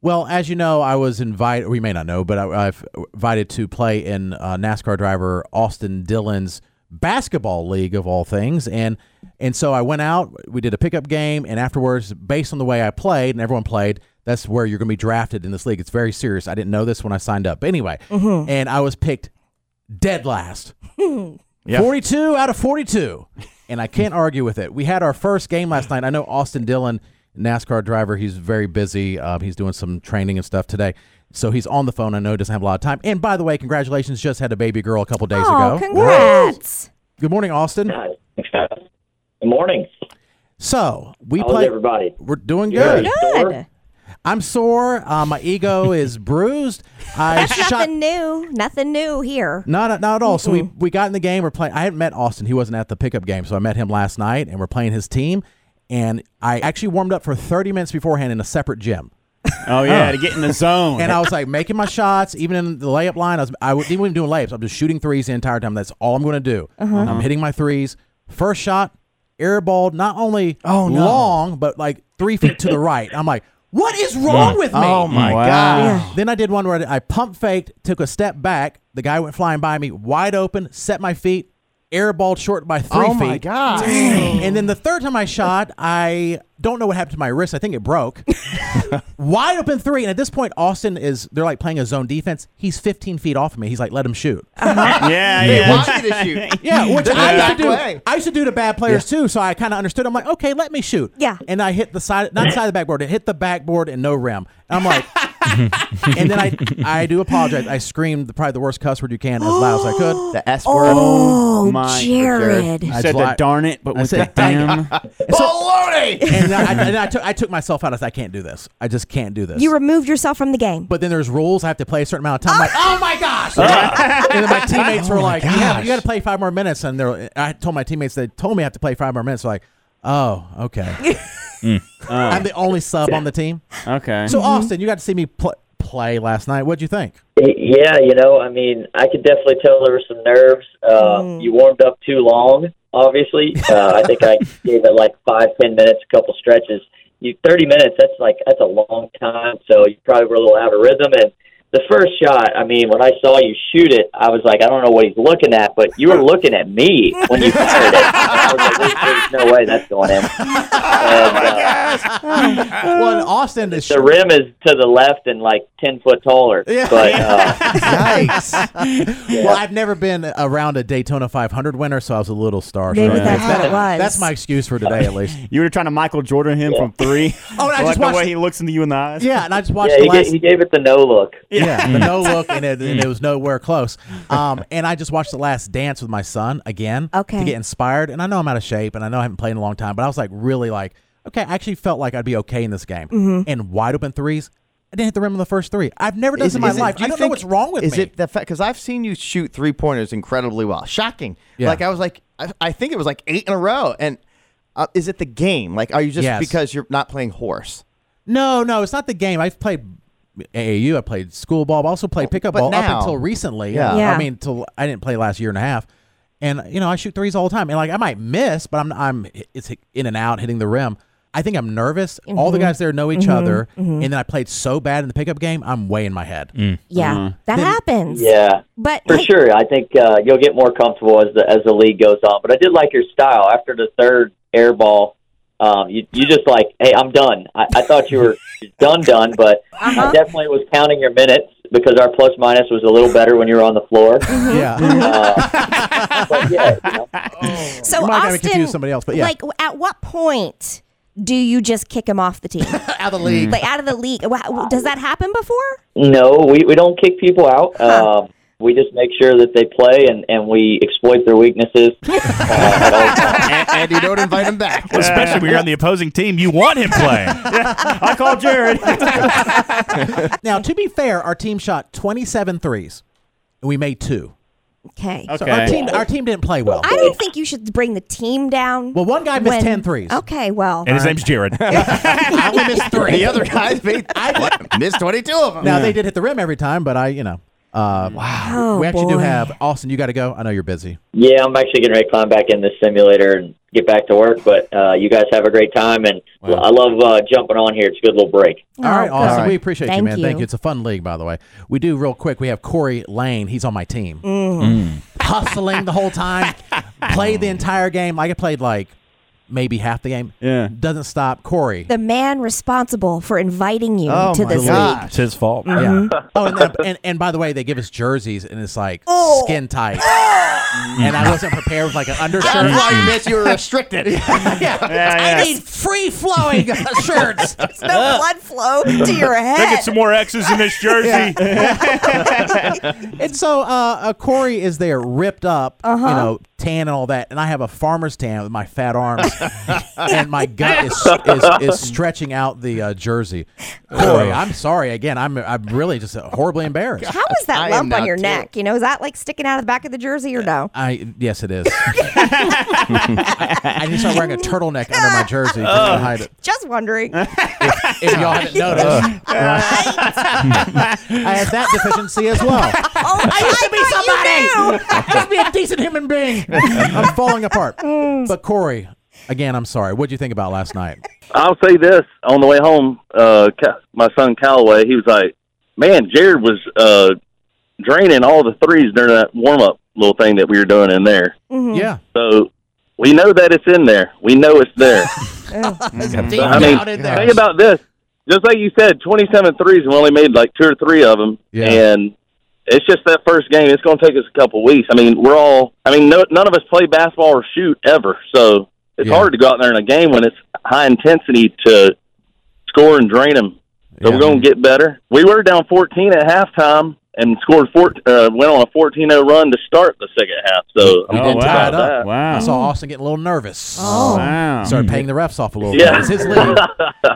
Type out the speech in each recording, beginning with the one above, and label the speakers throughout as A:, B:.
A: Well, as you know, I was invited. We may not know, but I, I've invited to play in uh, NASCAR driver Austin Dillon's basketball league of all things, and and so I went out. We did a pickup game, and afterwards, based on the way I played and everyone played, that's where you're going to be drafted in this league. It's very serious. I didn't know this when I signed up. But anyway, and I was picked dead last.
B: Yeah.
A: 42 out of 42. And I can't argue with it. We had our first game last night. I know Austin Dillon, NASCAR driver, he's very busy. Um, he's doing some training and stuff today. So he's on the phone. I know he doesn't have a lot of time. And by the way, congratulations. Just had a baby girl a couple days
C: Oh,
A: ago.
C: congrats.
A: Good morning, Austin.
D: Hi. Good morning.
A: So we
D: How's
A: play.
D: everybody?
A: We're doing
D: You
A: good.
D: ready?
C: Good.
A: I'm sore. Uh, my ego is bruised. I
C: That's
A: shot.
C: nothing new. Nothing new here.
A: Not not at all. So we, we got in the game. We're playing. I hadn't met Austin. He wasn't at the pickup game, so I met him last night, and we're playing his team. And I actually warmed up for 30 minutes beforehand in a separate gym.
B: Oh yeah, to get in the zone.
A: And I was like making my shots, even in the layup line. I was I wasn't even doing layups. I'm just shooting threes the entire time. That's all I'm going to do.
B: Uh-huh.
A: I'm hitting my threes. First shot, airballed. Not only
B: Oh, no.
A: long, but like three feet to the right. I'm like, what is wrong with me?
B: oh my
E: Wow.
B: god.
A: Then I did one where I pump faked, took a step back. The guy went flying by me, wide open, set my feet, airballed short by three
B: Oh
A: feet.
B: my god.
A: And then the third time I shot, I don't know what happened to my wrist. I think it broke. wide open three. And at this point, Austin is, they're like playing a zone defense. He's 15 feet off of me. He's like, let him shoot.
B: Yeah,
E: They
B: yeah.
E: want you to shoot.
A: Yeah, which I
E: Yeah.
A: used to do.
E: Way.
A: I used to do to bad players too. So I kind of understood. I'm like, okay, let me shoot.
C: Yeah.
A: And I hit the side, not the side of the backboard. It hit the backboard and no rim. And I'm like, and then I, I do apologize. I screamed the, probably the worst cuss word you can as loud as I could.
E: The S word.
C: Oh,
B: my
C: Jared.
B: You
A: I
B: said
A: lied.
B: the darn it, but
A: I
B: with
A: said
B: the damn.
E: Baloney.
A: And I, and I took I took myself out. I said, I can't do this. I just can't do this.
C: You removed yourself from the game.
A: but then there's rules. I have to play a certain amount of time. I'm like, oh my gosh! and then my teammates were like, yeah, you got to play five more minutes. And they're, I told my teammates they told me I have to play five more minutes. Like, oh, okay. I'm the only sub on the team.
B: Okay.
A: So Austin, you got to see me pl- play last night. What'd you think?
D: Y- Yeah, you know, I mean, I could definitely tell there were some nerves. Uh,
A: Mm.
D: You warmed up too long, obviously. Uh, I think I gave it like five, ten minutes, a couple stretches. You thirty minutes. That's like that's a long time. So you probably were a little out of rhythm. And the first shot, I mean, when I saw you shoot it, I was like, I don't know what he's looking at, but you were looking at me when you fired it. I was like, there's, there's no way that's going in. And, uh,
A: well, and Austin is
D: the rim is to the left and like ten foot taller.
A: Yeah.
D: But uh,
A: Yikes. Well, I've never been around a Daytona 500 winner, so I was a little starstruck.
C: Maybe that's what it was.
A: That's my excuse for today, at least.
B: you were trying to Michael Jordan him from three.
A: Oh, and
B: like
A: I just
B: the
A: watched-
B: way he looks into you in the eyes.
A: Yeah, and I just watched
D: yeah,
A: the
D: he,
A: last.
D: gave, he gave it the no look.
A: Yeah, the
E: Mm.
A: no look, and it, and it was nowhere close. Um, and I just watched The Last Dance with my son again
C: Okay.
A: to get inspired. And I know I'm out of shape, and I know I haven't played in a long time, but I was like really like, okay, I actually felt like I'd be okay in this game. And wide open threes, I didn't hit the rim on the first three. I've never done this in my life.
E: do you
A: I don't know
E: think-
A: what's wrong with
E: is
A: me.
E: it the fact? Because I've seen you shoot three pointers incredibly well. Shocking.
A: Yeah.
E: Like I was like, I, I think it was like eight in a row. And uh, is it the game? Like, are you just
A: Yes.
E: because you're not playing horse?
A: no, no, it's not the game. I've played AAU, I played school ball, but I also played pickup
E: Oh, but
A: ball up
E: now-
A: until recently.
E: Yeah.
C: Yeah.
A: I mean, till I didn't play last year and a half. And you know, I shoot threes all the time, and like I might miss, but I'm I'm it's in and out hitting the rim. I think I'm nervous. All
C: Mm-hmm.
A: the guys there know each other, and then I played so bad in the pickup game, I'm way in my head.
E: Mm.
C: Yeah,
A: uh-huh.
C: that happens.
D: Yeah,
C: But
D: for
C: hey,
D: sure. I think uh, you'll get more comfortable as the as the league goes on. But I did like your style after the third air ball. Um, you you just like, hey, I'm done. I, I thought you were done, done, but I definitely was counting your minutes because our plus minus was a little better when you were on the floor.
A: Yeah,
C: Mm-hmm.
D: Uh, but yeah, you know.
C: so
A: You might have me
C: Austin,
A: confused with somebody else, but yeah.
C: like, at what point do you just kick him off the team,
A: out of the league.
C: like out of the league? Wha- Does that happen before?
D: No, we, we don't kick people out. Um, we just make sure that they play and, and we exploit their weaknesses. Uh,
E: and, and you don't invite him back.
F: Especially when you're on the opposing team, you want him playing.
B: I called Jared.
A: Now, to be fair, our team shot 27 threes, and we made two.
C: Okay.
A: So our
B: Okay.
A: team our team didn't play well.
C: I don't think you should bring the team down.
A: Well, one guy missed
C: when-
A: 10 threes.
C: Okay, well,
F: And his name's Jared.
E: I only missed three. The other guys made I missed twenty two of them.
A: Now they did hit the rim every time, but I, you know, uh,
C: oh,
A: we actually do
C: boy.
A: have Austin. You got to go. I know you're busy.
D: Yeah, I'm actually getting ready to climb back in this simulator and get back to work. But uh, you guys have a great time, and I love uh, jumping on here. It's a good little break.
A: All right,
C: Oh,
A: awesome.
E: All right.
A: We appreciate you,
C: Thank
A: man. Thank
C: you.
A: you. It's a fun league, by the way. We do real quick. We have Corey Lane. He's on my team,
C: Mm.
A: hustling the whole time. played the entire game. Like I played like maybe half the game.
B: Yeah.
A: doesn't stop. Corey.
C: The man responsible for inviting you
E: Oh
C: to
E: my
C: this
E: God.
F: It's his fault.
A: Yeah.
C: Mm-hmm.
A: Oh, and, the- and and by the way, they give us jerseys, and it's like
C: Oh.
A: skin tight. and I wasn't prepared with like an
E: That's
A: undershirt.
E: why you missed. You were restricted.
B: Yeah,
A: I
B: yeah.
A: need free flowing shirts.
C: league. No blood flow to your
F: They
C: head.
F: get some more X's in this jersey.
A: And so uh, uh, Corey is there, ripped up, you know, tan and all that, and I have a farmer's tan with my fat arms, and my gut is is, is stretching out the uh, jersey. Corey, I'm sorry again. I'm I'm really just horribly embarrassed.
C: How is that
E: I am
C: lump on
E: now
C: your
E: too.
C: neck? You know, is that like sticking out of the back of the jersey or no?
A: I yes, it is. I, I need to start wearing a turtleneck under my jersey just to hide it.
C: Just wondering.
A: If y'all hadn't noticed, I have that deficiency as well.
C: Oh, I, used to be somebody.
A: Just be a decent human being. I'm falling apart. But Corey, again, I'm sorry. What'd you think about last night?
G: I'll say this on the way home. Uh, Ca- my son Callaway, he was like, "Man, Jared was uh, draining all the threes during that warm up little thing that we were doing in there."
C: Mm. Mm-hmm.
A: Yeah.
G: So we know that it's in there. We know it's there.
A: Deep
G: I mean,
A: down in there.
G: think about this. Just like you said, 27 threes, and we only made like two or three of them.
A: Yeah.
G: And it's just that first game. It's going to take us a couple weeks. I mean, we're all, I mean, no, none of us play basketball or shoot ever. So it's
A: Yeah.
G: hard to go out there in a game when it's high intensity to score and drain them. So
A: Yeah.
G: we're going to get better. We were down 14 at halftime and scored four, uh, went on a 14 0 run to start the second half. So
A: We
G: I'm
A: did
G: all
A: tie it
G: about
A: up.
G: that.
A: I
B: Oh, Wow.
A: saw Austin getting a little nervous.
B: Wow.
A: Started paying the refs off a little bit.
G: Yeah.
A: It's his league.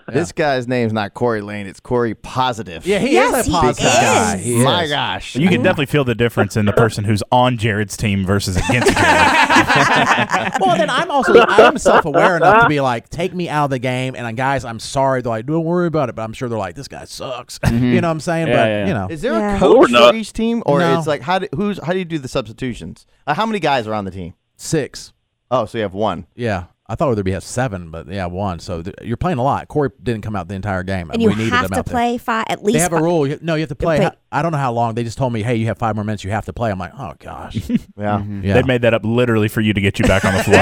E: This guy's name's not Corey Lane. It's Corey Positive.
A: Yeah, he
C: Yes,
A: is a
C: he
A: positive
C: is.
A: guy. He is.
E: My gosh.
F: You can definitely feel the difference in the person who's on Jared's team versus against Jared.
A: Well, then I'm also I'm self-aware enough to be like, take me out of the game. And uh, guys, I'm sorry. They're like, don't worry about it. But I'm sure they're like, this guy sucks. You know what I'm saying?
B: Yeah,
A: but
B: yeah, yeah.
A: you know,
E: Is there
C: Yeah.
E: a coach
G: Or not.
E: for each team, or
A: Oh. No.
E: it's like how do, who's how do you do the substitutions? Uh, how many guys are on the team?
A: six.
E: Oh, so you have one.
A: Yeah. I thought there'd be have seven, but yeah, one. So th- you're playing a lot. Corey didn't come out the entire game.
C: And you
A: we needed
C: have
A: him
C: to
A: out there.
C: play five, at
A: They
C: least
A: have a
C: five.
A: rule. You- No, you have to play.
C: But-
A: I don't know how long. They just told me, hey, you have five more minutes. You have to play. I'm like, oh gosh.
E: Yeah.
A: Yeah.
F: They made that up literally for you to get you back on the floor.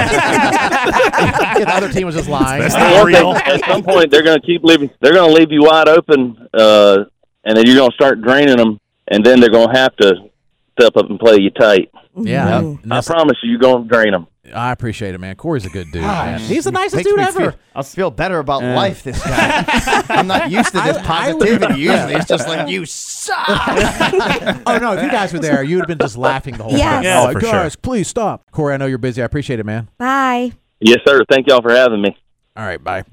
A: the other team was just lying.
F: That's
G: I
F: not
G: think
F: real.
G: at some point they're going to keep leaving. They're going to leave you wide open, uh, and then you're going to start draining them, and then they're going to have to step up and play you tight.
A: yeah. And
G: I
A: that's-
G: promise you, you're going to drain them.
A: I appreciate it, man. Corey's a good dude. man. He's the nicest
E: Makes
A: dude
E: me
A: ever.
E: Feel, I feel better about life. This guy. I'm not used to this
A: I- I would-
E: positivity. Usually, it's just like you suck.
A: oh no, if you guys were there, you'd have been just laughing the whole
C: Yes.
A: time.
F: Yeah,
A: Oh,
F: for sure.
A: guys, please stop. Corey, I know you're busy. I appreciate it, man.
C: Bye.
G: Yes, sir. Thank y'all for having me.
A: All right, bye.